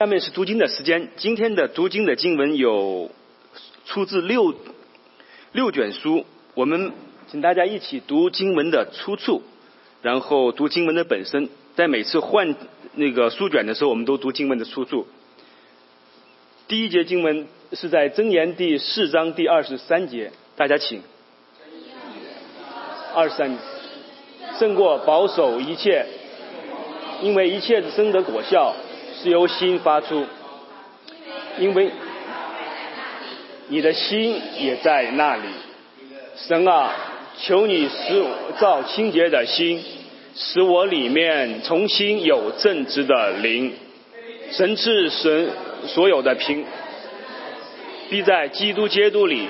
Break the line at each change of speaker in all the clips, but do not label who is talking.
下面是读经的时间。今天的读经的经文有出自六六卷书，我们请大家一起读经文的出处，然后读经文的本身。在每次换那个书卷的时候，我们都读经文的出处。第一节经文是在箴言第四章第二十三节，大家请。二十三，胜过保守一切，因为一切生的果效是由心发出，因为你的心也在那里。神啊，求你使我造清洁的心，使我里面重新有正直的灵。神赐神所有的平，必在基督监督里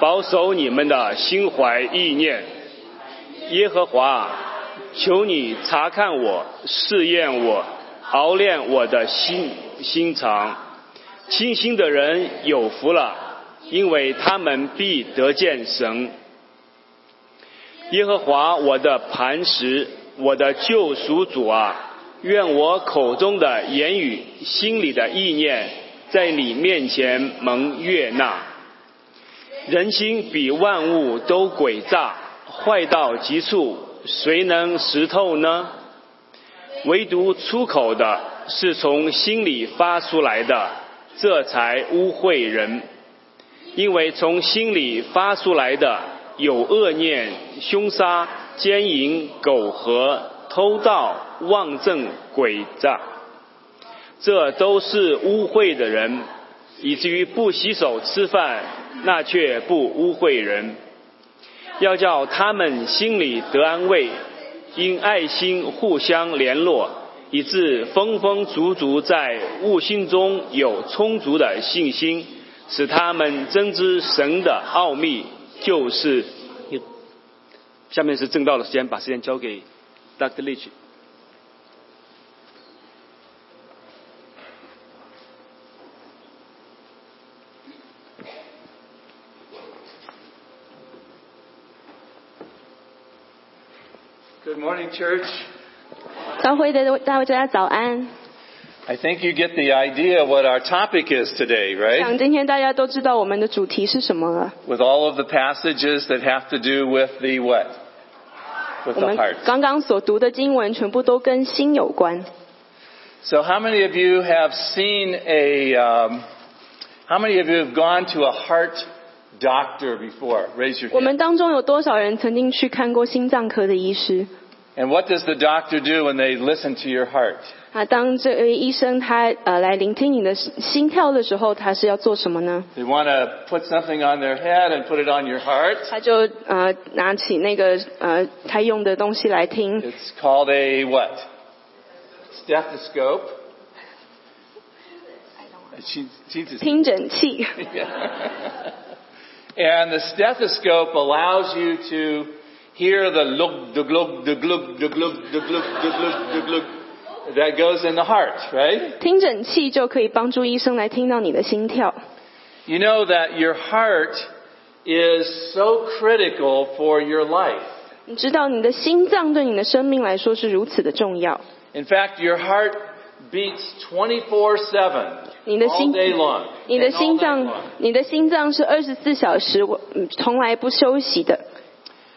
保守你们的心怀意念。耶和华啊，求你查看我，试验我，熬炼我的心心肠。清心的人有福了，因为他们必得见神。耶和华我的磐石，我的救赎主啊，愿我口中的言语、心里的意念，在你面前蒙悦纳。人心比万物都诡诈，坏到极处，谁能识透呢？唯独出口的是从心里发出来的，这才污秽人。因为从心里发出来的有恶念、凶杀、奸淫、苟合、偷盗、妄政、诡诈，这都是污秽的人，以至于不洗手吃饭，那却不污秽人。要叫他们心里得安慰，因爱心互相联络，以致丰丰足足在悟性中有充足的信心，使他们真知神的奥秘，就是。下面是正道的时间，把时间交给 Dr. Leach。
Good morning, church.
教会的大卫，大家早安。
I think you get the idea what our topic is today,
想
right?
今天大家都知道我们的主题是什么了。
With all of the passages that have to do with the what? With
我
the
们
heart.
刚刚所读的经文全部都跟心有关。
So how many of you have seen a, um, how many of you have gone to a heart doctor before? Raise your
我们
hand.
当中有多少人曾经去看过心脏科的医师？
And what does the doctor do when they listen to your heart?
啊，当这位医生他呃来聆听你的心跳的时候，他是要做什么呢？
They want to put something on their head and put it on your heart.
他就呃拿起那个呃他用的东西来听，
It's called a what? Stethoscope. She, she just-
听诊器。
and the stethoscope allows you to hear the glug, the glug, the glug, the glug, the glug, the glug, the glug that goes in the heart, right?
听诊器就可以帮助医生来听到你的心跳。
You know that your heart is so critical for your life.
你知道你的心脏对你的生命来说是如此的重要，
In fact, your heart beats 24-7
你的
all
心
day long.
你的
and all
心
night
脏
long.，
你的心脏是二十四小时，我嗯从来不休息的。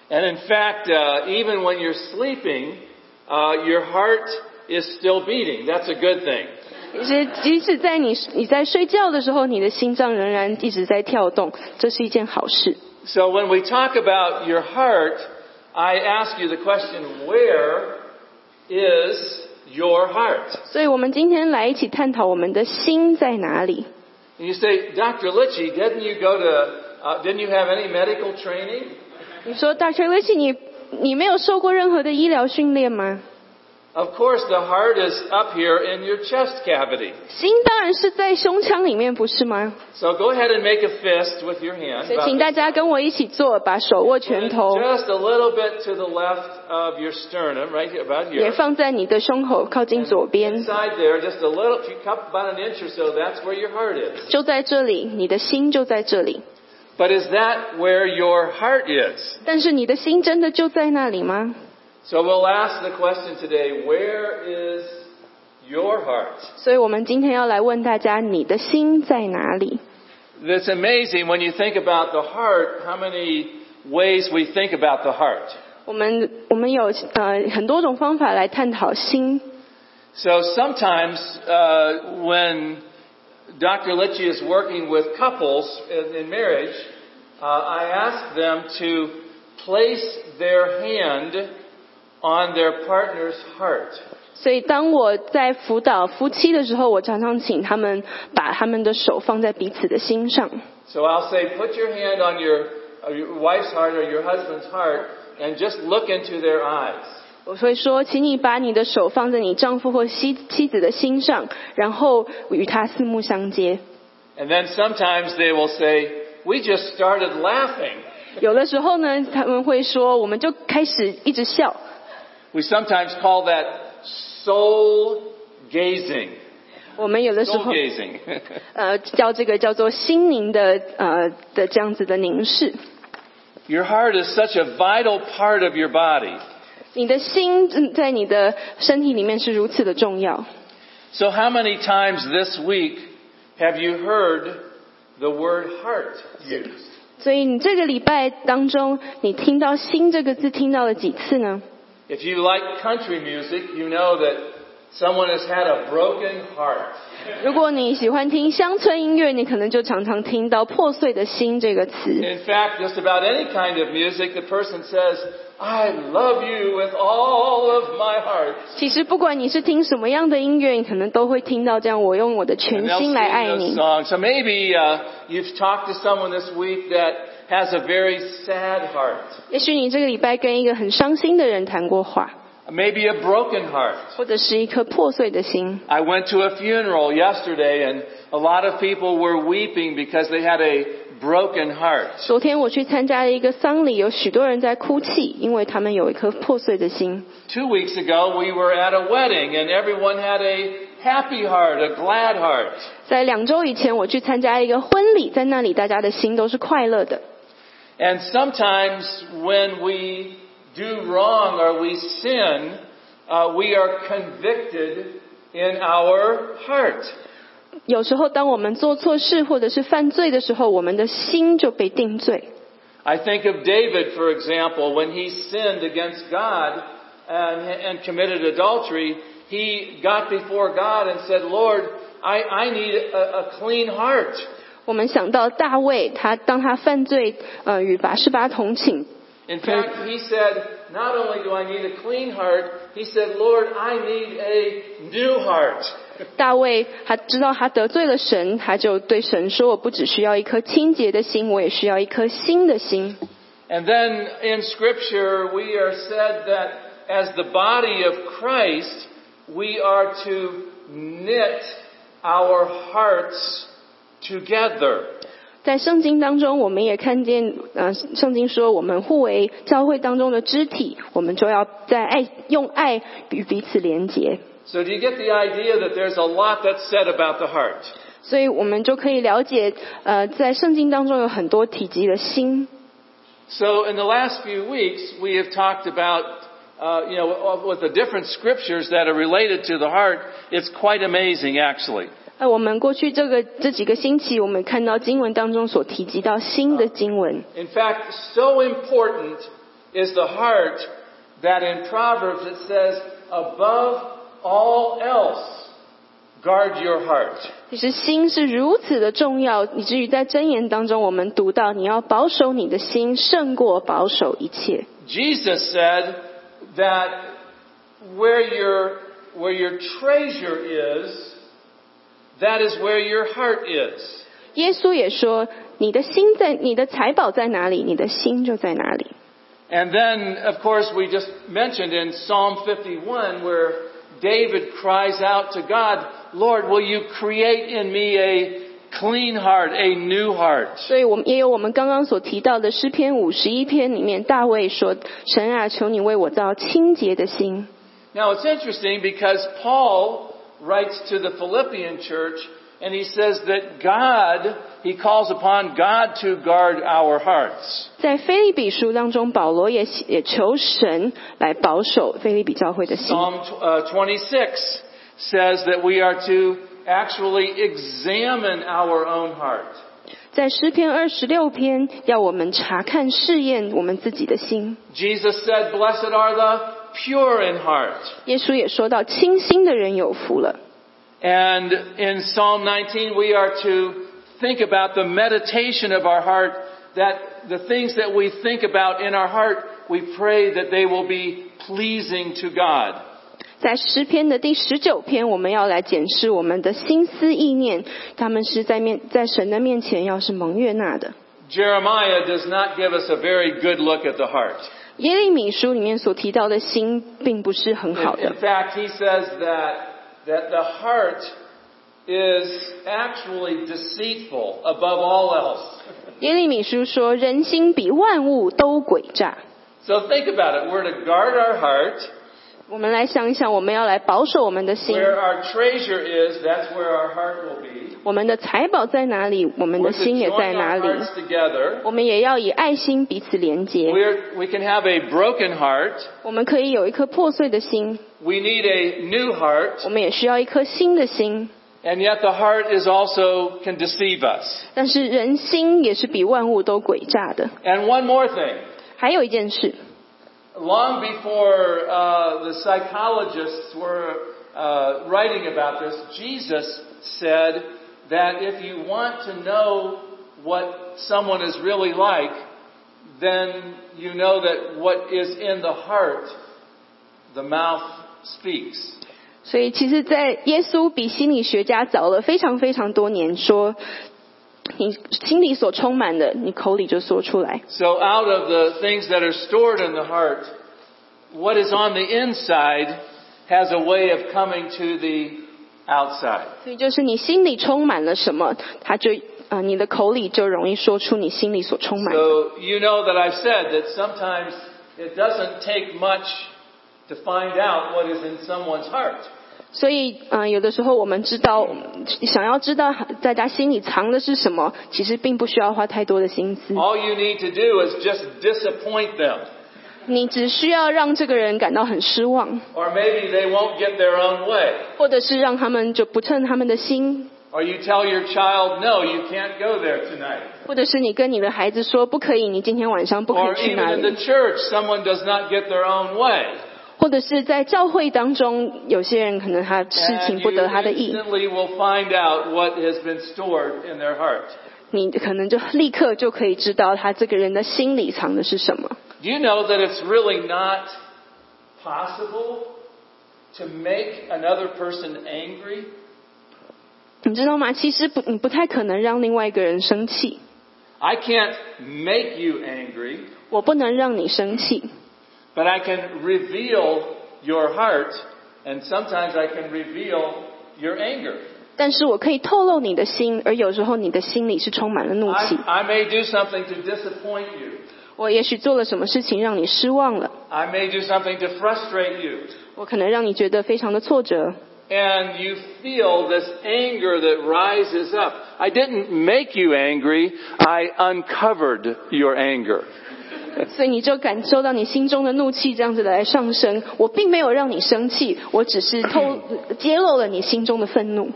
And in fact, uh, even when you're sleeping, uh, your heart is still beating. That's a good thing.
是，即使在你你在睡觉的时候，你的心脏仍然一直在跳动，这是一件好事。
So when we talk about your heart, I ask you the question, where is your heart?
所以，我们今天来一起探讨我们的心在哪里。
And you say, Dr. Litchie, didn't you go to, uh, didn't you have any medical training?
你说，Dr. Lucy，你你没有受过任何的医疗训练吗？
Of course, the heart is up here in your chest cavity.
心当然是在胸腔里面，不是吗？
So go ahead and make a fist with your hand.
所以，请大家跟我一起做，把手握拳头。
Just a little bit to the left of your sternum, right here, about here.
也放在你的胸口靠近左边，
Inside there, just a little, if you cup about an inch or so, that's where your heart is.
就在这里，你的心就在这里。
But is that where your heart is?
但是你的心真的就在那里吗？
So we'll ask the question today, where is your heart.
所以我们今天要来问大家，你的心在哪里？
That's amazing when you think about the heart, how many ways we think about the heart.
我们我们有呃很多种方法来探讨心。
So sometimes uh, when Dr. Litchie is working with couples in, in marriage, uh, I ask them to place their hand on their partner's heart.
所以当我在辅导夫妻的时候，我常常请他们把他们的手放在彼此的心上。
So I'll say, put your hand on your, uh, your wife's heart or your husband's heart and just look into their eyes.
我会说，请你把你的手放在你丈夫或妻妻子的心上，然后与他四目相接。
And then sometimes they will say, we just started laughing.
有的时候呢，他们会说，我们就开始一直笑。
We sometimes call that soul gazing.
我们有的时
Soul
候
gazing.
呃叫这个叫做心灵的呃的这样子的凝视。
your heart is such a vital part of your body.
你的心嗯在你的身体里面是如此的重要。
So how many times this week have you heard the word heart used?
所以你这个礼拜当中，你听到“心”这个字听到了几次呢？
If you like country music, you know that someone has had a broken heart.
如果你喜欢听乡村音乐，你可能就常常听到“破碎的心”这个词。
In fact, just about any kind of music, the person says, I love you with all of my heart.
其实不管你是听什么样的音乐，你可能都会听到这样：“我用我的
And
全
they'll
心
sing
来爱
those
你。
songs. So maybe uh, you've talked to someone this week that has a very sad heart, ”
也许你这个礼拜跟一个很伤心的人谈过话，
maybe a broken heart.
或者是一颗破碎的心。
I went to a funeral yesterday and a lot of people were weeping because they had a broken heart.
昨天我去参加了一个丧礼，有许多人在哭泣，因为他们有一颗破碎的心。
Two weeks ago we were at a wedding and everyone had a happy heart, a glad heart.
在两周以前，我去参加一个婚礼，在那里大家的心都是快乐的。
And sometimes when we do wrong or we sin, uh, we are convicted in our heart.
有时候，当我们做错事或者是犯罪的时候，我们的心就被定罪。
I think of David, for example, when he sinned against God and, and committed adultery, he got before God and said, Lord, I, I need a, a clean heart.
我们想到大卫，他当他犯罪，呃，与拔示巴同寝，
In fact, he said, not only do I need a clean heart, he said, Lord, I need a new heart.
大卫他知道他得罪了神，他就对神说：“我不只需要一颗清洁的心，我也需要一颗新的心。
And then in scripture, we are said that as the body of Christ, we are to knit our hearts together. ”
在圣经当中，我们也看见，呃，圣经说我们互为教会当中的肢体，我们就要在爱用爱与彼此连结。
So do you get the idea that there's a lot that's said about the heart?
所以我们就可以了解，呃，在圣经当中有很多体及的心。
So in the last few weeks, we have talked about, uh, you know, with the different scriptures that are related to the heart. It's quite amazing, actually.
那呃我们过去这个这几个星期，我们看到经文当中所提及到新的经文，
In fact, so important is the heart that in Proverbs it says, above all else, guard your heart.
其实心是如此的重要，以至于在箴言当中，我们读到你要保守你的心，胜过保守一切。
Jesus said that where your, where your treasure is, that is where your heart is.
耶稣也说，你的心在，你的财宝在哪里，你的心就在哪里。
And then, of course, we just mentioned in Psalm 51 where David cries out to God, Lord, will you create in me a clean heart, a new heart?
所以，我们也有我们刚刚所提到的诗篇五十一篇里面，大卫说：“神啊，求你为我造清洁的心。
Now it's interesting because Paul writes to the Philippian church and he says that God, he calls upon God to guard our hearts. ”
在菲利比书当中，保罗也写也求神来保守菲利比教会的心。
Psalm uh, 26 says that we are to actually examine our own heart.
在诗篇二十六篇，要我们查看试验我们自己的心。
Jesus said, Blessed are the pure in heart.
耶稣也说到，清心的人有福了。
And in Psalm 19, we are to think about the meditation of our heart, that the things that we think about in our heart, we pray that they will be pleasing to God.
在诗篇的第十九篇，我们要来检视我们的心思意念，他们是在面在神的面前要是蒙悦纳的。
Jeremiah does not give us a very good look at the heart.
耶利米书里面所提到的心，并不是
In,
很好 的
in。fact, he says that, that the heart is actually deceitful above all else.
耶利米书说，人心比万物都诡诈。
So think about it. We're to guard our heart.
我们来想一想，我们要来保守我们的心，
Where our treasure is, that's where our heart will be.
我们的财宝在哪里，我们
We're
的
to
心也
join
在哪
our
里。
hearts together.
我们也要以爱心彼此连接。
We're, we can have a broken heart.
我们可以有一颗破碎的心，
We need a new heart.
我们也需要一颗新的心。
And yet the heart is also can deceive us.
但是人心也是比万物都诡诈的。
And one more thing.
还有一件事，
Long before uh, the psychologists were uh, writing about this, Jesus said that if you want to know what someone is really like, then you know that what is in the heart, the mouth speaks.
所以其实，在耶稣比心理学家早了非常非常多年说，你心里所充满的，你口里就说出来。
So out of the things that are stored in the heart, what is on the inside has a way of coming to the outside.
所以就是你心里充满了什么，他就呃，你的口里就容易说出你心里所充满的。
So you know that I've said that sometimes it doesn't take much to find out what is in someone's heart.
所以，嗯、有的时候我们知道，想要知道大家心里藏的是什么，其实并不需要花太多的心思。
All you need to do is just disappoint them.
你只需要让这个人感到很失望，
Or maybe they won't get their own way.
或者是让他们就不称他们的心，
Or you tell your child, no, you can't go there tonight.
或者是你跟你的孩子说不可以，你今天晚上不可
Or
以去
even
哪
in
里，
the church, someone does not get their own way.
或者是在教会当中，有些人可能他事
And
情不得他的
you
意，
instantly will find out what has been stored in their heart.
你可能就立刻就可以知道他这个人的心里藏的是什么。
Do you know that it's really not possible to make another person angry?
你知道吗？其实不，你不太可能让另外一个人生气，
I can't make you angry,
我不能让你生气。
but I can reveal your heart, and sometimes I can reveal your anger.
但是我可以透露你的心，而有时候你的心里是充满了怒
I,
气。
I may do something to disappoint you.
我也许做了什么事情让你失望了，
I may do something to frustrate you.
我可能让你觉得非常的挫折。
And you feel this anger that rises up. I didn't make you angry. I uncovered your anger.
所以你就感受到你心中的怒气这样子的来上升。我并没有让你生气，我只是 透揭露了你心中的愤怒。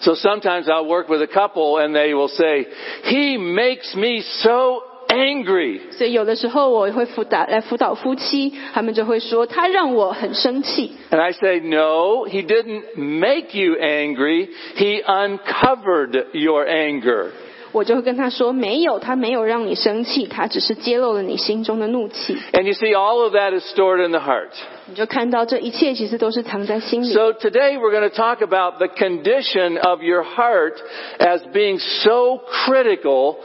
So sometimes I'll work with a couple and they will say, he makes me so angry.
所以有的时候我会辅导来辅导夫妻，他们就会说他让我很生气。
And I say, no, he didn't make you angry. He uncovered your anger.
我就会跟他说没有，他没有让你生气，他只是揭露了你心中的怒气。
And you see, all of that is stored in the heart.
你就看到这一切其实都是藏在心里。
So today we're going to talk about the condition of your heart as being so critical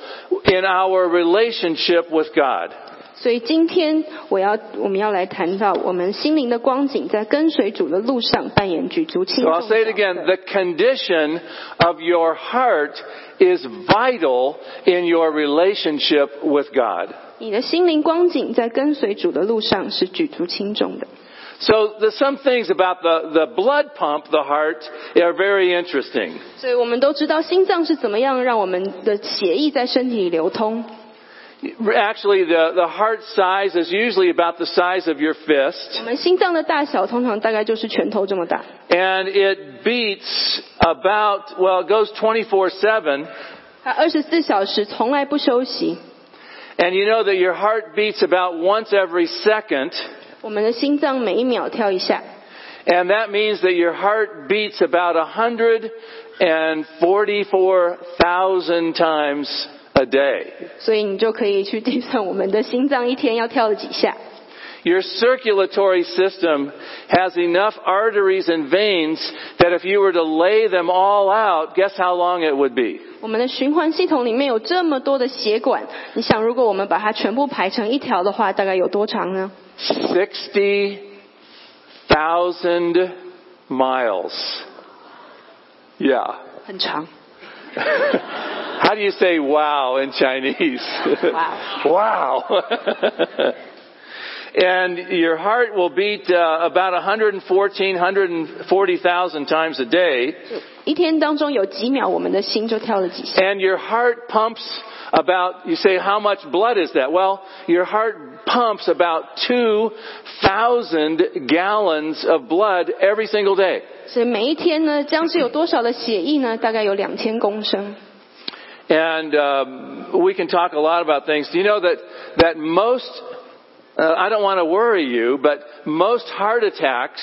in our relationship with God.
所以今天我要我们要来谈到我们心灵的光景在跟随主的路上扮演举足轻
So
重
I'll say it
的角
again.
色
The condition of your heart is vital in your relationship with God.
你的心灵光景在跟随主的路上是举足轻重的。
So there's some things about the, the blood pump, the heart, are very interesting.
所以我们都知道心脏是怎么样让我们的血液在身体里流通。
Actually, the, the heart size is usually about the size of your
我
fist,
们心脏的大小通常大概就是拳头这么大，
and it beats about, well, it goes 24 7.
它二十四小时从来不休息。
And you know that your heart beats about once every second,
我们的心脏每一秒跳一下，
and that means that your heart beats about 144,000 times a day.
所以你就可以去计算我们的心脏一天要跳了几下。
Your circulatory system has enough arteries and veins that if you were to lay them all out, guess how long it would be?
我们的循环系统里面有这么多的血管，你想，如果我们把它全部排成一条的话，大概有多长呢？
60,000 miles. Yeah.
很长。
How do you say wow in Chinese?
Wow.
wow. and your heart will beat uh, about 114, 140,000 times a day.
一天当中有几秒，我们的心就跳了几下。
And your heart pumps about, you say, how much blood is that? Well, your heart pumps about 2,000 gallons of blood every single day.
所以每一天呢，将是有多少的血液呢？大概有两千公升。
And um, we can talk a lot about things. Do you know that, that most, uh, I don't want to worry you, but most heart attacks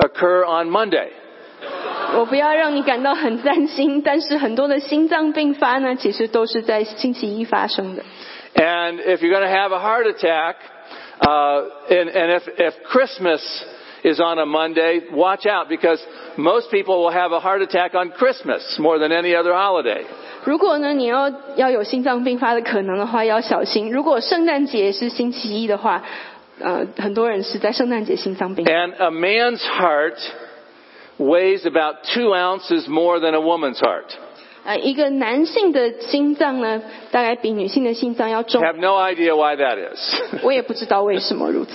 occur on Monday.
我不要让你感到很担心，但是很多的心脏病发呢，其实都是在星期一发生的。
And if you're going to have a heart attack, uh, and, and if, if Christmas is on a Monday, watch out because most people will have a heart attack on Christmas more than any other holiday.
如果呢，你要要有心脏病发的可能的话，要小心。如果圣诞节是星期一的话，呃，很多人是在圣诞节心脏病发。
And a man's heart weighs about two ounces more than a woman's heart.
呃，一个男性的心脏呢，大概比女性的心脏要重
I。have no idea why that is.
我也不知道为什么如此。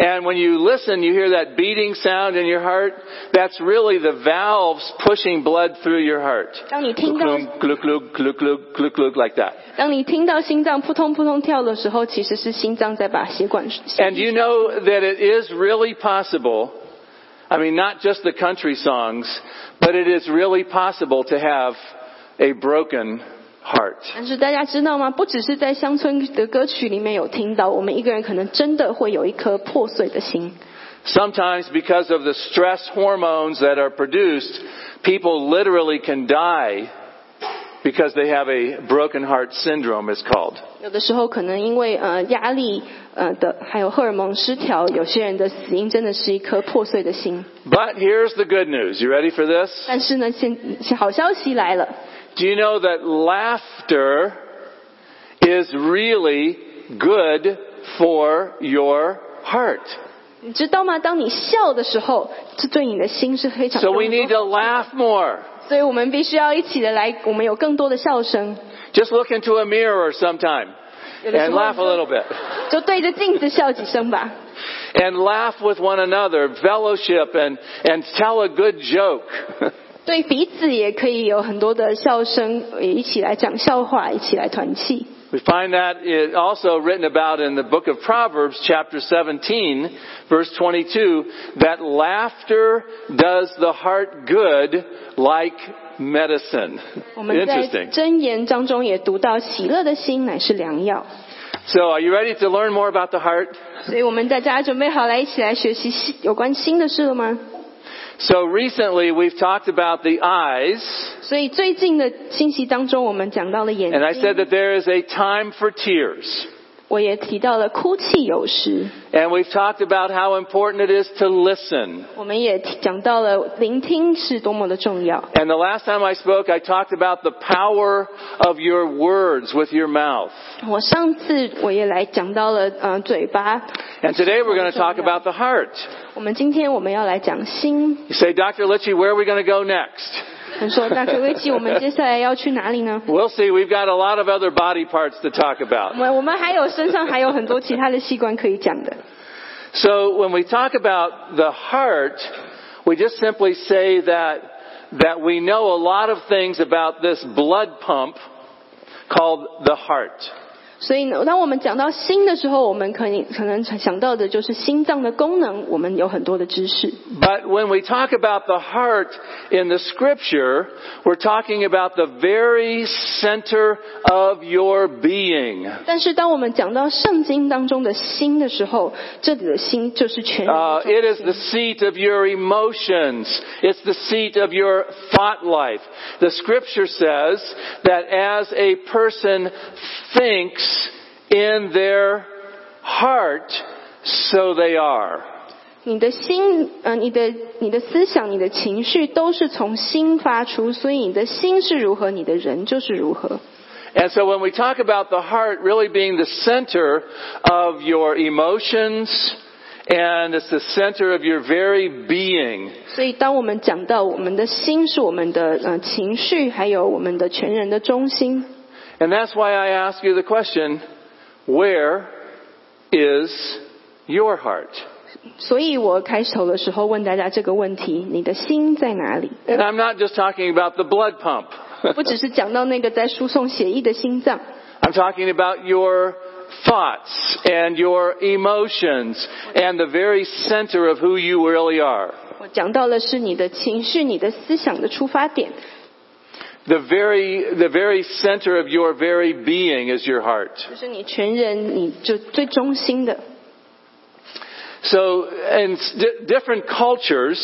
and when you listen, you hear that beating sound in your heart. That's really the valves pushing blood through your heart.
当你听到
Glug, glug, glug, glug, glug, glug, glug, like that.
当你听到心脏扑通扑通跳的时候，其实是心脏在把血管。
And you know that it is really possible, I mean, not just the country songs, but it is really possible to have a broken heart.
但是大家知道吗？不只是在乡村的歌曲里面有听到，我们一个人可能真的会有一颗破碎的心。
Sometimes, because of the stress hormones that are produced, people literally can die because they have a broken heart syndrome, it's called.
有的时候可能因为呃压力呃的，还有荷尔蒙失调，有些人的死因真的是一颗破碎的心。
But here's the good news. You ready for this?
但是呢，现好消息来了，
Do you know that laughter is really good for your heart?
你知道吗？当你笑的时候，这对你的心是非常
So we
有帮
need
助
to laugh more.
所以我们必须要一起的来，我们有更多的笑声，
Just look into a mirror sometime and laugh a little bit.
就对着镜子笑几声吧。
And laugh with one another, fellowship, and, and tell a good joke.
对彼此也可以有很多的笑声，也一起来讲笑话，一起来团气。
we find that it also written about in the book of Proverbs, chapter 17, verse 22, that laughter does the heart good like medicine.
我们在
Interesting.
箴言当中也读到，喜乐的心乃是良药。
So are you ready to learn more about the heart?
所以我们大家准备好来一起来学习心有关心的事了吗？
So recently we've talked about the eyes.
所以最近的信息当中，我们讲到了眼
And I
睛，
said that there is a time for tears.
我也提到了哭泣有时，
And we've talked about how important it is to listen.
我们也提讲到了聆听是多么的重要。
And the last time I spoke, I talked about the power of your words with your mouth.
我上次我也来讲到了，呃，嘴巴。
And today we're going to talk about the heart.
我们今天我们要来讲心。
You say, Dr. Litchie, where are we going to go next?
很说，大学危机，我们接下来要去哪里呢？
We'll see. We've got a lot of other body parts to talk
我
about.
们我们还有身上还有很多其他的器官可以讲的。
So when we talk about the heart, we just simply say that, that we know a lot of things about this blood pump called the heart.
所以呢，当我们讲到心的时候，我们可能可能想到的就是心脏的功能，我们有很多的知识。
But when we talk about the heart in the scripture, we're talking about the very center of your being.
但是当我们讲到圣经当中的心的时候，这里的心就是全人
Uh,
的中
it is
心
the seat of your emotions. It's the seat of your thought life. The scripture says that as a person thinks in their heart, so they are.
你的心，呃，你的你的思想、你的情绪都是从心发出，所以你的心是如何，你的人就是如何。
And so when we talk about the heart really being the center of your emotions, and it's the center of your very being,
所以，当我们讲到我们的心是我们的呃情绪，还有我们的全人的中心，
and that's why I ask you the question, where is your heart?
所以我开头的时候问大家这个问题：你的心在哪里？
And I'm not just talking about the blood pump.
不只是讲到那个在输送血液的心脏，
I'm talking about your thoughts and your emotions and the very center of who you really are.
我讲到的是你的情绪、你的思想的出发点。
The very, the very center of your very being is your heart.
就是你全人，你就最中心的。
So, in s- di- different cultures,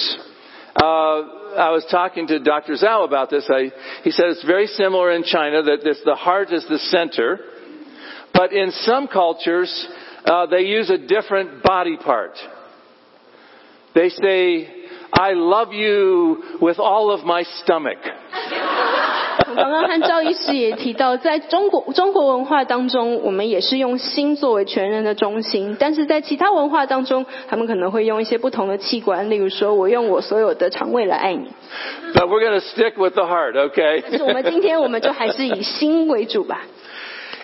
uh, I was talking to Dr. Zhao about this. I, he said it's very similar in China that this, the heart is the center, but in some cultures, uh, they use a different body part. They say, "I love you with all of my stomach."
我刚刚和赵医师也提到，在中国中国文化当中，我们也是用心作为全人的中心，但是在其他文化当中，他们可能会用一些不同的器官，例如说我用我所有的肠胃来爱你。
But we're going to stick with the heart, okay?
但是我们今天我们就还是以心为主吧。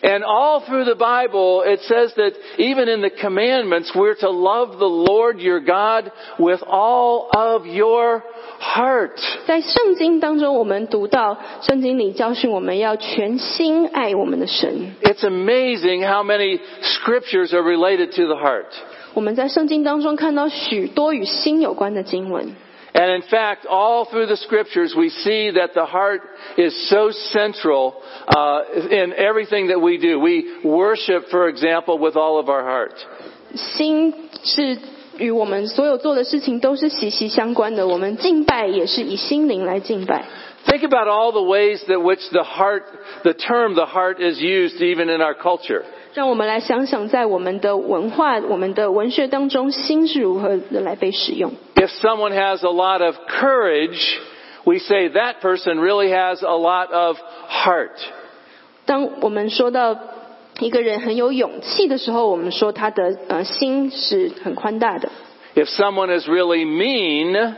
And all through the Bible, it says that even in the commandments, we're to love the Lord your God with all of your heart.
在圣经当中，我们读到圣经里教训我们要全心爱我们的神。
It's amazing how many scriptures are related to the heart.
我们在圣经当中看到许多与心有关的经文。
And in fact, all through the scriptures, we see that the heart is so central uh, in everything that we do. We worship, for example, with all of our heart.
心是与我们所有做的事情都是息息相关的。我们敬拜也是以心灵来敬拜。
Think about all the ways that which the heart, the term the heart is used even in our culture.
让我们来想想，在我们的文化、我们的文学当中，心是如何的来被使用。
If someone has a lot of courage, we say that person really has a lot of heart.
当我们说到一个人很有勇气的时候，我们说他的呃心是很宽大的。
If someone is really mean,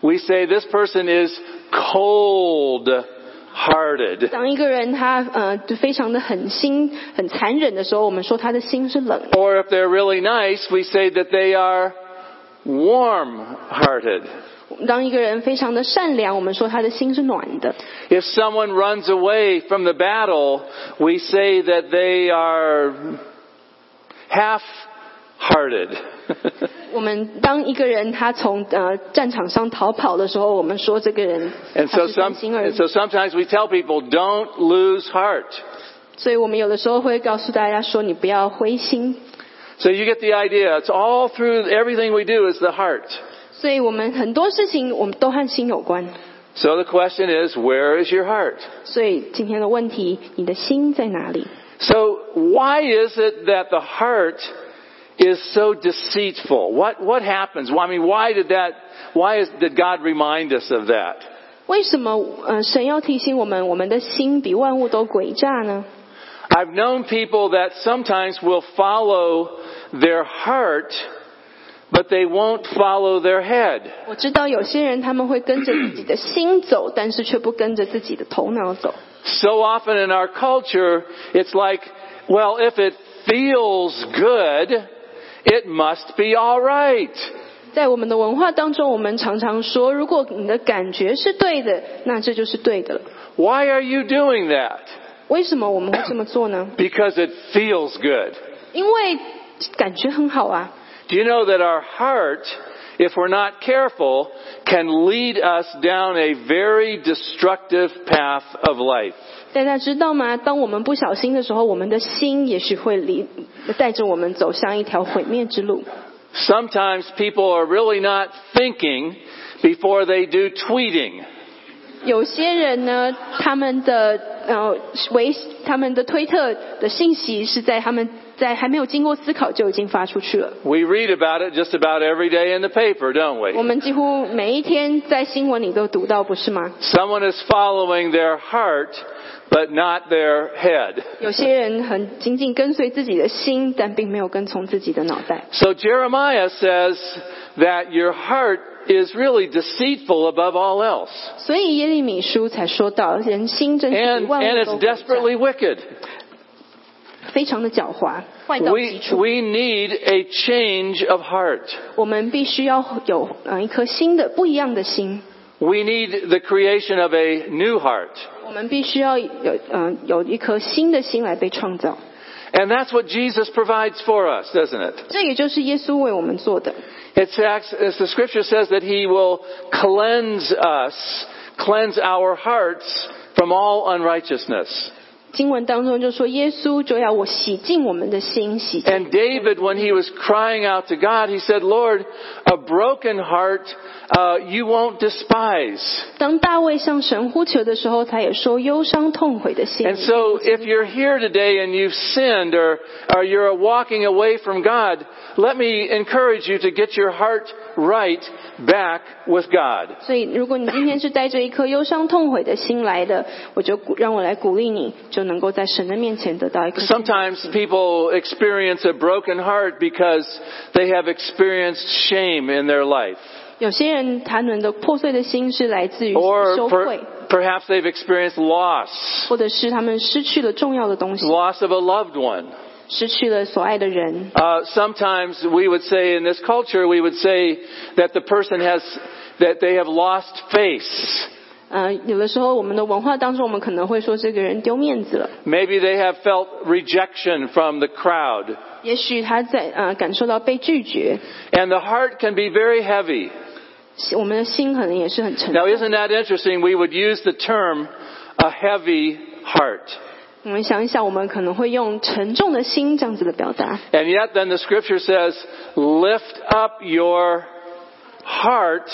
we say this person is cold hearted.
当一个人他呃就非常的狠心、很残忍的时候，我们说他的心是冷的
Or if they're really nice, we say that they are warm hearted.
当一个人非常的善良，我们说他的心是暖的。
If someone runs away from the battle, we say that they are half hearted.
我们当一个人他从呃战场上逃跑的时候，我们说这个人
And
他
so,
是
some,
真心而
and so sometimes we tell people, don't lose heart.
所以我们有的时候会告诉大家说，你不要灰心。
So you get the idea. It's all through everything we do is the heart.
所以我们很多事情我们都和心有关。
So the question is, where is your heart?
所以今天的问题，你的心在哪里？
So why is it that the heart is so deceitful? What, what happens? Well, I mean, why did that, why is, did God remind us of that?
为什么呃神要提醒我们，我们的心比万物都诡诈呢？
I've known people that sometimes will follow their heart, but they won't follow their head.
我知道有些人他们会跟着自己的心走，但是却不跟着自己的头脑走。
So often in our culture, it's like, well, if it feels good, it must be alright.
在我们的文化当中，我们常常说，如果你的感觉是对的，那这就是对的了。
Why are you doing that?
为什么我们会这么做呢？
Because it feels good.
因为感觉很好啊。
Do you know that our heart, if we're not careful, can lead us down a very destructive path of life?
大家知道吗？当我们不小心的时候，我们的心也许会离带着我们走向一条毁灭之路。
Sometimes people are really not thinking before they do tweeting.
有些人呢，他们的呃维他们的推特的信息是在他们在还没有经过思考就已经发出去了。
We read about it just about every day in the paper, don't
我
we?
们几乎每一天在新闻里都读到，不是吗？
Someone is following their heart, but not their head.
有些人很紧紧跟随自己的心，但并没有跟从自己的脑袋。
So Jeremiah says that your heart is really deceitful above all else.
所以耶利米书才说到，人心真是一
And,
万
and
物都
it's desperately wicked.
非常的狡猾，坏到极
We,
处。
we need a change of heart.
我们必须要有呃一颗新的不一样的心，
We need the creation of a new heart.
我们必须要有呃有一颗新的心来被创造。
And that's what Jesus provides for us, doesn't it?
这也就是耶稣为我们做的。
It's acts, as the scripture says that he will cleanse us, cleanse our hearts from all unrighteousness.
经文当中就说，耶稣就要我洗净我们的心，洗净。
And David, when he was crying out to God, he said, Lord, a broken heart uh, you won't despise.
当大卫向神呼求的时候，他也说忧伤痛悔的心。
And so if you're here today and you've sinned or, or you're walking away from God, let me encourage you to get your heart right back with God.
所以，如果你今天是带着一颗忧伤痛悔的心来的，我就鼓让我来鼓励你，就能够在神的面前得到一颗。
Sometimes people experience a broken heart because they have experienced shame in their life.
有些人他们的破碎的心是来自于
Or
羞
per,
愧，
perhaps they've experienced loss.
或者是他们失去了重要的东西，
Loss of a loved one.
失去了所爱的人。
Uh, sometimes we would say in this culture, we would say that the person has, that they have lost face.
呃，有的时候我们的文化当中，我们可能会说这个人丢面子了。
Maybe they have felt rejection from the crowd.
也许他在呃感受到被拒绝，
And the heart can be very heavy.
我们的心可能也是很沉重。
Now isn't that interesting? We would use the term a heavy heart.
我们想一想，我们可能会用沉重的心这样子的表达。
And yet then the scripture says, lift up your heart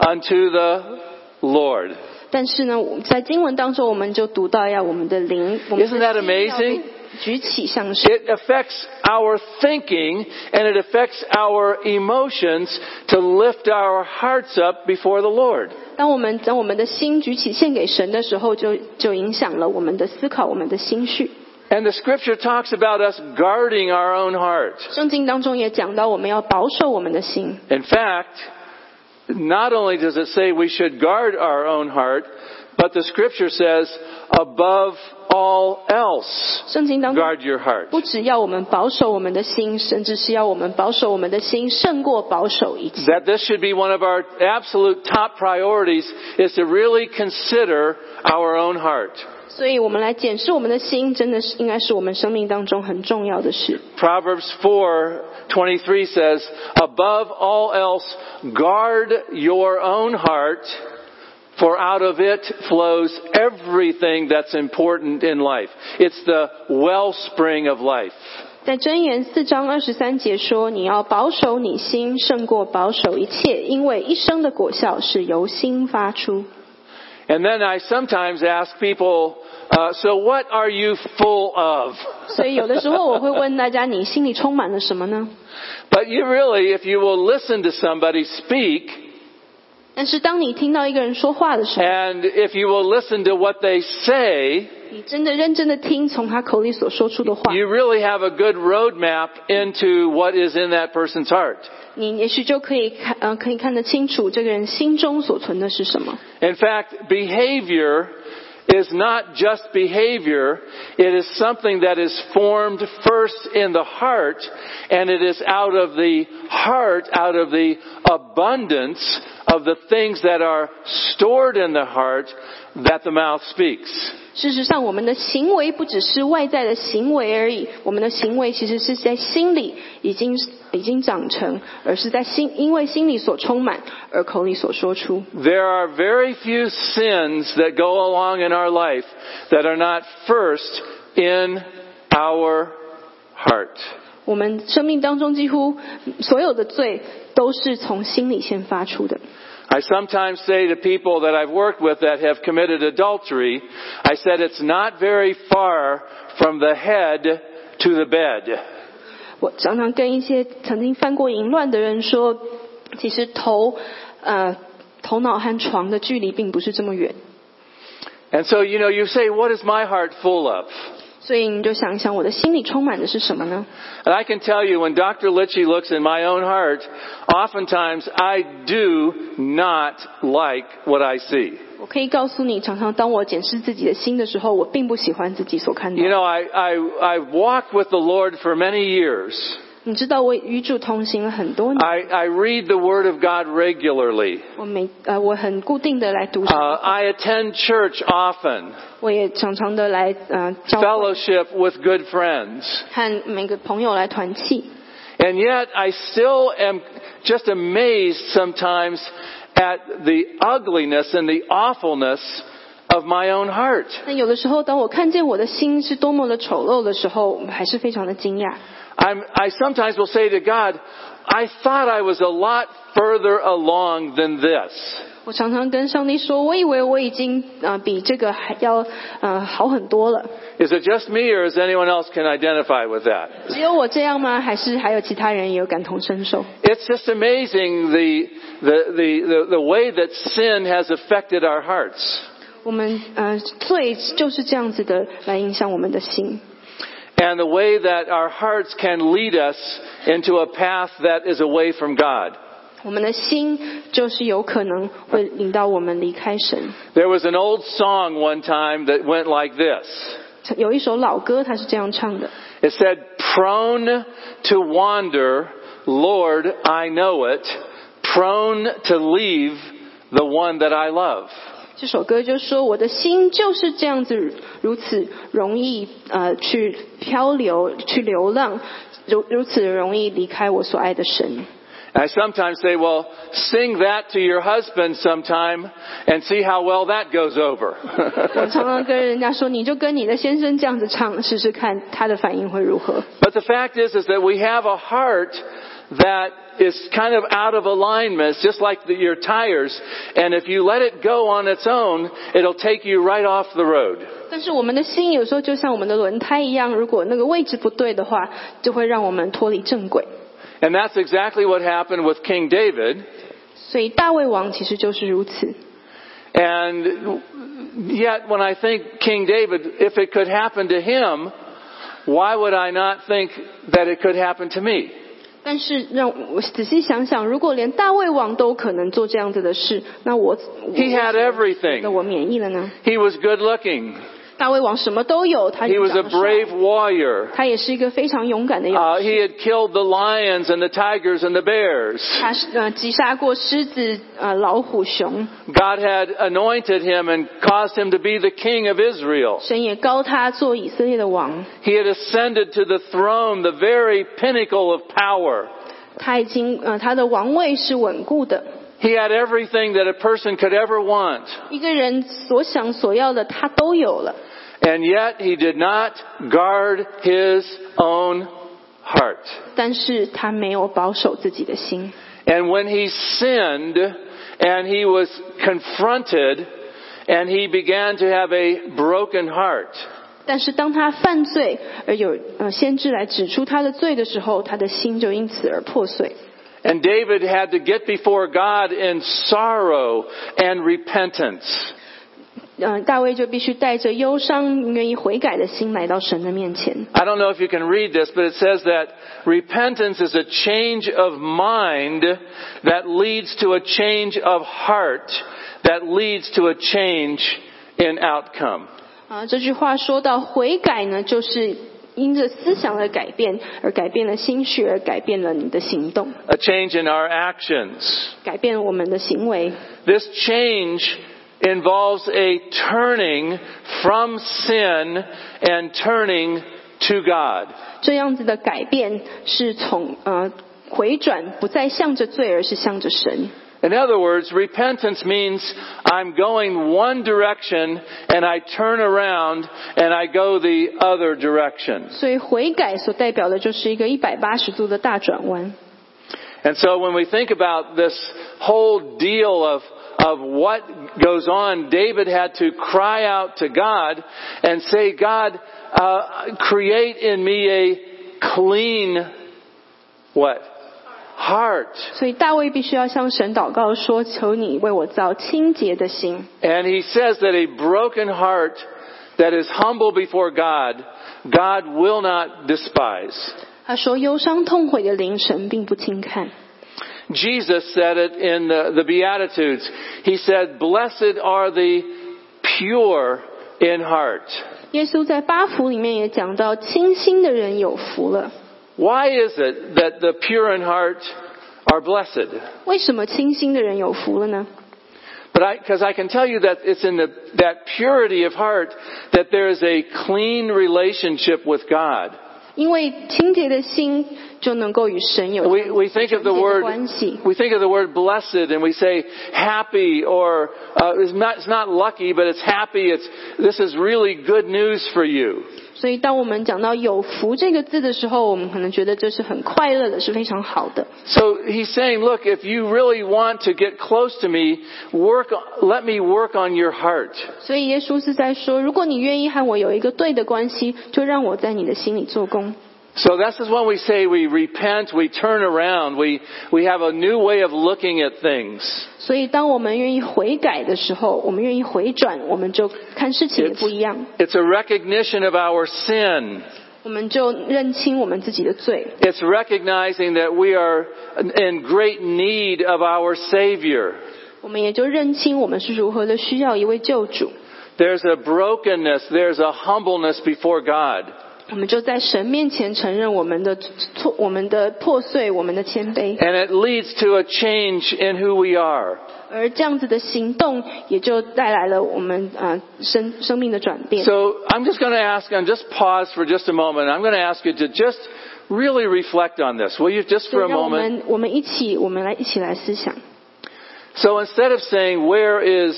unto the Lord.
但是呢，我在经文当中，我们就读到要我们的灵，我们
Isn't that
的心要
amazing?
被举起向上。
It affects our thinking and it affects our emotions to lift our hearts up before the Lord.
当我们将我们的心举起献给神的时候，就就影响了我们的思考，我们的心绪。
And the scripture talks about us guarding our own heart.
圣经当中也讲到，我们要保守我们的心。
In fact, not only does it say we should guard our own heart, but the scripture says above all else,
圣经当中
guard your heart.
不只要我们保守我们的心，甚至是要我们保守我们的心，胜过保守一切。
that this should be one of our absolute top priorities is to really consider our own heart.
所以，我们来检视我们的心，真的是应该是我们生命当中很重要的事。
Proverbs 4:23 says, "Above all else, guard your own heart, for out of it flows everything that's important in life. It's the wellspring of life."
在箴言四章二十三节说：“你要保守你心，胜过保守一切，因为一生的果效是由心发出。
And then I sometimes ask people, uh, "So what are you full of?" ”
所以，有的时候我会问大家：“你心里充满了什么呢
But you really, if you will listen to somebody speak,？”
但是，当你听到一个人说话的时候，
And if you will listen to what they say,
你真的认真的听从他口里所说出的话，
you really have a good roadmap into what is in that person's heart.
你也许就可以看，呃，可以看得清楚这个人心中所存的是什么。
In fact, behavior is not just behavior. It is something that is formed first in the heart, and it is out of the heart, out of the abundance of the things that are stored in the heart that the mouth speaks.
事实上，我们的行为不只是外在的行为而已，我们的行为其实是在心里已经已经长成，而是在心因为心里所充满，而口里所说出。
There are very few sins that go along in our life that are not first in our heart.
我们生命当中几乎所有的罪都是从心里先发出的。
I sometimes say to people that I've worked with that have committed adultery, I said it's not very far from the head to the bed.
我常常跟一些曾经犯过淫乱的人说，其实头呃头脑和床的距离并不是这么远，
And so, you know, you say, what is my heart full of?
所以你就想一想，我的心里充满的是什么呢？
And I can tell you when Dr. Litchie looks in my own heart, oftentimes I do not like what I see.
我可以告诉你，常常当我检视自己的心的时候，我并不喜欢自己所看到
You。know, I, I, I walked with the Lord for many years.
你知道我与主同行了很多年，
I, I read the Word of God regularly.
我每呃我很固定的来
Uh,
读神，
I attend church often.
我也常常的来呃交流
fellowship with good friends.
和每个朋友来团契。
And yet I still am just amazed sometimes at the ugliness and the awfulness of my own heart.
那有的时候，当我看见我的心是多么的丑陋的时候，我还是非常的惊讶。
I'm, I sometimes will say to God, I thought I was a lot further along than this.
我常常跟上帝说，我以为我已经呃比这个还要呃好很多了。
Is it just me or is anyone else can identify with that?
只有我这样吗？还是还有其他人也有感同身受？
It's just amazing the, the, the, the, the way that sin has affected our hearts.
我们呃罪就是这样子的来影响我们的心，
and the way that our hearts can lead us into a path that is away from God.
我们的心就是有可能会引导我们离开神。
There was an old song one time that went like this.
有一首老歌，它是这样唱的。
It said, prone to wander, Lord, I know it, prone to leave the one that I love.
这首歌就说：“我的心就是这样子，如此容易呃去漂流、去流浪，如如此容易离开我所爱的神。
I sometimes say, well, sing that to your husband sometime and see how well that goes ”
我
over.
常常跟人家说：“你就跟你的先生这样子唱试试看，他的反应会如何
But the fact is, is that we have a heart that is kind of out of alignment. It's just like the, your tires. And if you let it go on its own, it'll take you right off the road.？”
但是我们的心有时候就像我们的轮胎一样，如果那个位置不对的话，就会让我们脱离正轨。
And that's exactly what happened with King David.
所以大卫王其实就是如此。
And yet when I think King David, if it could happen to him, why would I not think that it could happen to me?
但是让我仔细想想，如果连大卫王都可能做这样子的事，那我我
He had
那
everything.
我免疫了呢？
He was good looking.
大卫王什么都有，他
He
也
was
长得
a
帅
brave warrior.
他也是一个非常勇敢的人。
Uh, he had killed the lions and the tigers and the bears.
他是呃击杀过狮子、呃老虎、熊，
God had anointed him and caused him to be the king of Israel.
神也高他做以色列的王。
He had ascended to the throne, the very pinnacle of power.
他已经呃他的王位是稳固的。
He had everything that a person could ever want.
一个人所想所要的，他都有了。
And yet he did not guard his own heart.
但是他没有保守自己的心。
And when he sinned and he was confronted and he began to have a broken heart,
但是当他犯罪而有呃先知来指出他的罪的时候，他的心就因此而破碎。
And David had to get before God in sorrow and repentance.
嗯、大卫就必须带着忧伤、愿意悔改的心来到神的面前。
I don't know if you can read this, but it says that repentance is a change of mind that leads to a change of heart that leads to a change in outcome.
啊，这句话说到悔改呢，就是因着思想的改变而改变了心绪，而改变了你的行动，
a change in our actions.
改变我们的行为。
This change involves a turning from sin and turning to God.
这样子的改变是从呃回转，不再向着罪，而是向着神。
In other words, repentance means I'm going one direction and I turn around and I go the other direction.
所以悔改所代表的就是一个一百八十度的大转弯。
And so when we think about this whole deal of of what goes on, David had to cry out to God and say, God, uh, create in me a clean what? Heart.
所以大卫必须要向神祷告说：“求你为我造清洁的心。
And he says that a broken heart that is humble before God, God will not despise. ”
他说：“忧伤痛悔的灵，神并不轻看。
Jesus said it in the, the Beatitudes. He said, Blessed are the pure in heart. ”
耶稣在八福里面也讲到，清心的人有福了。
Why is it that the pure in heart are blessed?
为什么清心的人有福了呢？
But I, because I can tell you that it's in the, that purity of heart that there is a clean relationship with God.
因为清洁的心就能够与神有
We, we think of the
关
word,
系。
we think of the word blessed and we say happy or, uh, it's not, it's not lucky, but it's happy. It's, this is really good news for you.
所以，当我们讲到“有福”这个字的时候，我们可能觉得这是很快乐的，是非常好的。
So he's saying, look, if you really want to get close to me, work, let me work on your heart.
所以，耶稣是在说，如果你愿意和我有一个对的关系，就让我在你的心里做工。
So this is when we say we repent, we turn around, we, we have a new way of looking at things.
所以，当我们愿意悔改的时候，我们愿意回转，我们就看事情也不一样，
It's a recognition of our sin.
我们就认清我们自己的罪，
It's recognizing that we are in great need of our Savior.
我们也就认清我们是如何的需要一位救主，
There's a brokenness, there's a humbleness before God.
我们就在神面前承认我们的错、我们的破碎、我们的谦卑，
And it leads to a change in who we are.
而这样子的行动也就带来了我们啊、呃生生命的转变。
So I'm just going to ask, and just pause for just a moment. I'm going to ask you to just really reflect on this. Will you just
所
for
以
a
让我
moment?
们我们一起，我们来一起来思想。
So instead of saying, where is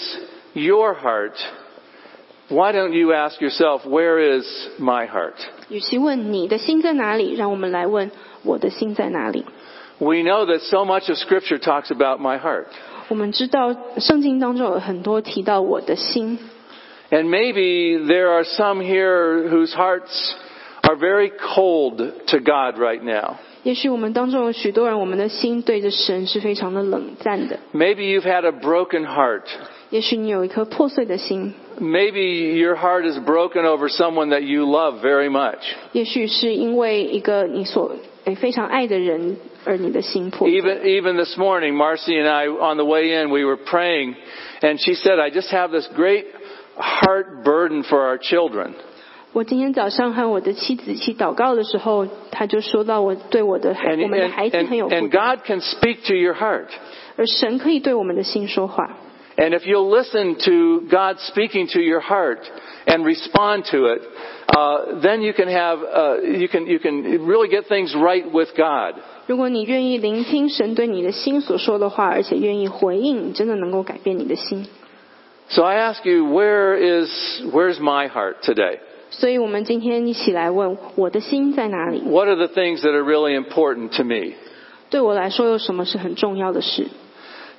your heart? Why don't you ask yourself, where is my heart?
与其问你的心在哪里，让我们来问我的心在哪里。
We know that so much of scripture talks about my heart.
我们知道圣经当中有很多提到我的心，
And maybe there are some here whose hearts are very cold to God right now.
也许我们当中有许多人，我们的心对着神是非常的冷淡的。
Maybe you've had a broken heart.
也许你有一颗破碎的心，
Maybe your heart is broken over someone that you love very much.
也许是因为一个你所诶非常爱的人而你的心破。
Even, even this morning, Marcy and I, on the way in, we were praying, and she said, I just have this great heart burden for our children.
我今天早上和我的妻子一起祷告的时候，她就说到我对我的孩
And,
我们的
and,
孩子很有
and,
负
and
担，
God can speak to your heart.
而神可以对我们的心说话。
And if you'll listen to God speaking to your heart and respond to it, uh, then you can have, uh, you can, you can really get things right with God.
如果你愿意聆听神对你的心所说的话，而且愿意回应，你真的能够改变你的心。
So I ask you, where is, where's my heart today?
所以，我们今天一起来问：我的心在哪里？
What are the things that are really important to me?
对我来说，有什么是很重要的事？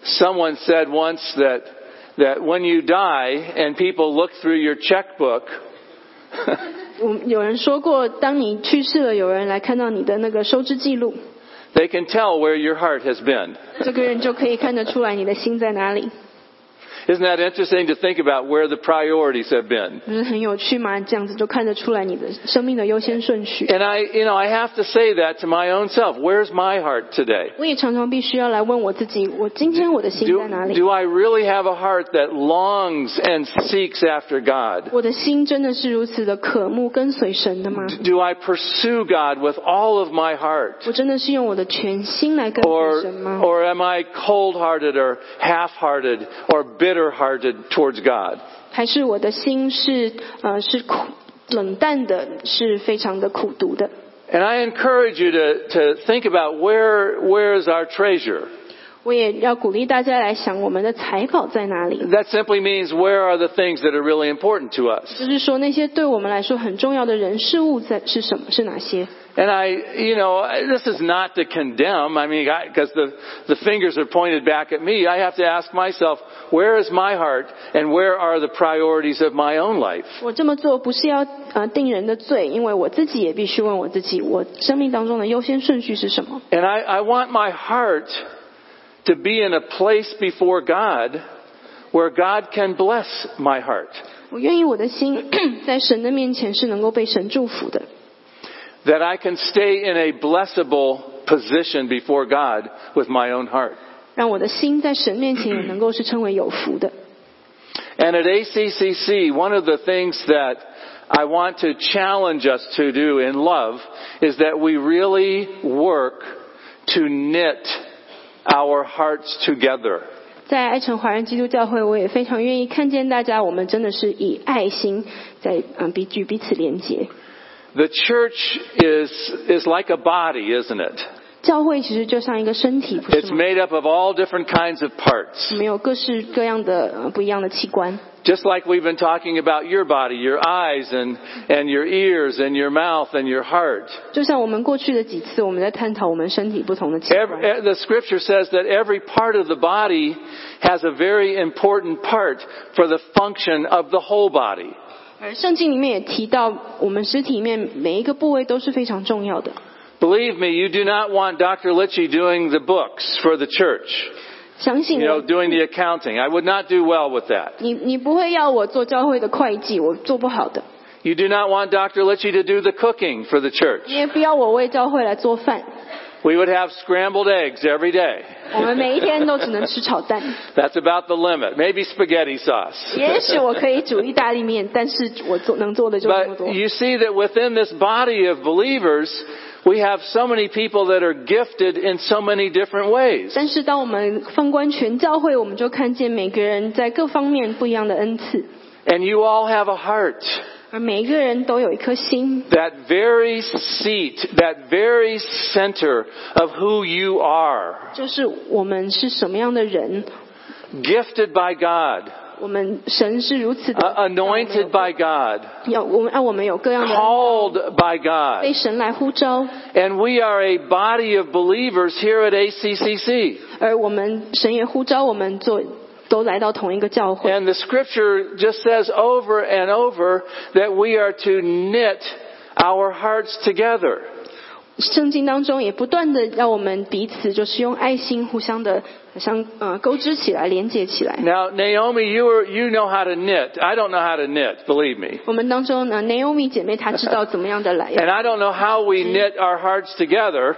Someone said once that that when you die and people look through your checkbook,
我有人说过，当你去世了，有人来看到你的那个收支记录，
they can tell where your heart has been.
这个人就可以看得出来你的心在哪里。
Isn't that interesting to think about where the priorities have been?
不是很有趣吗？这样子就看得出来你的生命的优先顺序。
And I, you know, I have to say that to my own self. Where's my heart today?
我也常常必须要来问我自己：我今天我的心
Do,
在哪里？
do I really have a heart that longs and seeks after God?
我的心真的是如此的渴慕跟随神的吗？
Do I pursue God with all of my heart?
我真的是用我的全心来跟随
Or,
神吗？
or am I cold hearted or half hearted or bitter hearted towards God?
还是我的心是呃是苦冷淡的，是非常的苦毒的？
And I encourage you to, to think about where, where is our treasure?
我也要鼓励大家来想我们的财宝在哪里，
That simply means where are the things that are really important to us?
就是说那些对我们来说很重要的人事物在是什么，是哪些？
And I, you know, I- this is not to condemn. I mean, because the, the fingers are pointed back at me. I have to ask myself, where is my heart and where are the priorities of my own life?
我这么做不是要呃定人的罪，因为我自己也必须问我自己，我生命当中的优先顺序是什么？
And I, I want my heart to be in a place before God where God can bless my heart.
我愿意我的心 在神的面前是能够被神祝福的，
That I can stay in a blessable position before God with my own heart.
让我的心在神面前也能够是称为有福的。
And at ACCC, one of the things that I want to challenge us to do in love is that we really work to knit our hearts together.
在爱城华人基督教会，我也非常愿意看见大家，我们真的是以爱心在嗯彼与彼此连接。
The church is, is like a body, isn't it?
教会其实就像一个身体，不
It's
是吗？
made up of all different kinds of parts.
没有各式各样的呃不一样的器官，
Just like we've been talking about your body, your eyes and, and your ears and your mouth and your heart.
就像我们过去的几次，我们在探讨我们身体不同的器官。
Every, the scripture says that every part of the body has a very important part for the function of the whole body.
而圣经里面也提到，我们身体里面每一个部位都是非常重要的。
Believe me, you do not want Dr. Litchie doing the books for the church,
相
you
信
know,
我，
doing the accounting. I would not do well with that.
你你不会要我做教会的会计，我做不好的。
You do not want Dr. Litchie to do the cooking for the church.
你也不要我为教会来做饭，
We would have scrambled eggs every day.
我们每一天都只能吃炒蛋。
That's about the limit. Maybe spaghetti sauce.
也许我可以煮意大利面，但是我做能做的就这么
But
多。
you see that within this body of believers, we have so many people that are gifted in so many different ways.
但是当我们放观全教会，我们就看见每个人在各方面不一样的恩赐，
And you all have a heart.
而每一个人都有一颗心，
That very seat, that very center of who you are,
就是我们是什么样的人，
gifted by God,
我们神是如此
uh,
的
anointed by God,
要我们让我们有各样的恩
called by God.
被神来呼召，
And we are a body of believers here at ACCC.
而我们神也呼召我们做，都来到同一个教会。
And the scripture just says over and over that we are to knit our hearts together.
圣经当中也不断的要我们彼此就是用爱心互相的相呃勾织起来，连接起来。
Now, Naomi, you are, you know how to knit. I don't know how to knit, believe me.
我们当中呢，Naomi 姐妹她知道怎么样的来，
And I don't know how we knit our hearts together,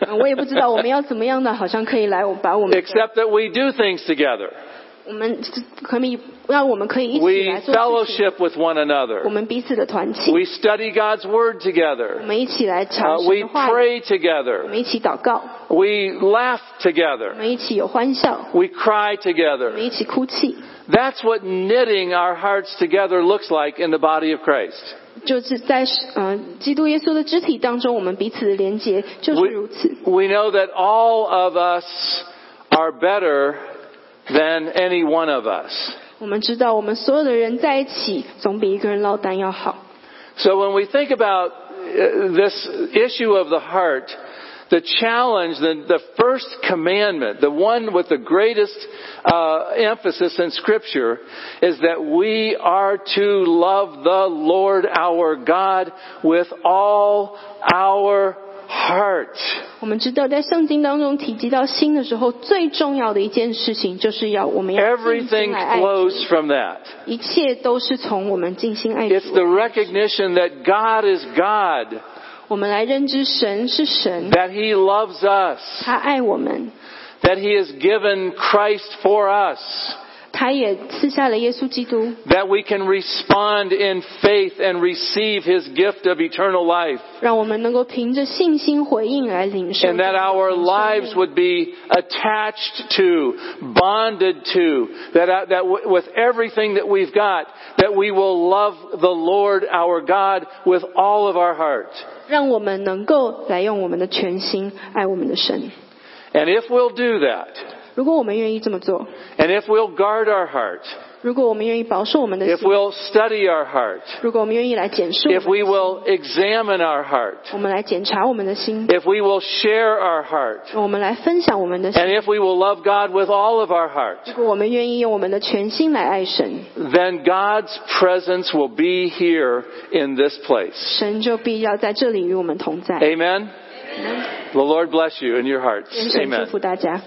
呃我也不知道我们要怎么样的，好像可以来我把我 们
except that we do things together.
我们可以让我们可以一起
We
来做事情，
fellowship with one
我
another.
们彼此的团契，
We study God's word
我
together.
们一起来尝
Uh,
试
we
话语，
pray
我
together.
们一起祷告，
We laugh
我
together.
们一起有欢笑，
We cry
我
together.
们一起哭泣，
That's what knitting our hearts together looks like in the body of Christ.
就是在呃基督耶稣的肢体当中，我们彼此的连结就是如此。
We, we know that all of us are better than any one of us.
我们知道，我们所有的人在一起，总比一个人落单要好。
So when we think about uh, this issue of the heart, the challenge, the, the first commandment, the one with the greatest uh, emphasis in Scripture, is that we are to love the Lord our God with all our heart.
我们知道，在圣经当中提及到心的时候，最重要的一件事情，就是要我们要尽心
Everything
来爱主，
flows from that.
一切都是从我们尽心爱
It's
主
the。recognition that God is God,
我们来认知神是神，
that He loves us,
他爱我们，
that He has given Christ for us,
他也赐下了耶稣基督，
that we can respond in faith and receive His gift of eternal life,
让我们能够凭着信心回应来领受
and that our lives would be attached to, bonded to, that, that w- with everything that we've got, that we will love the Lord our God with all of our heart.
让我们能够来用我们的全心爱我们的神。
And if we'll do that,
如果我们愿意这么做，
and if we'll guard our heart,
如果我们愿意保守我们的
if
心，
we'll study our heart,
如果我们愿意来检视我们的
if
心
we will examine our heart,
我们来检查我们的心，
if we will share our heart,
我们来分享我们的心。
and if we will love God with all of our heart,
如果我们愿意用我们的全心来爱神，
then God's presence will be here in this place.
神就必要在这里与我们同在。
哎 Amen? The Lord bless you in your hearts.
愿神祝
Amen.
福大家。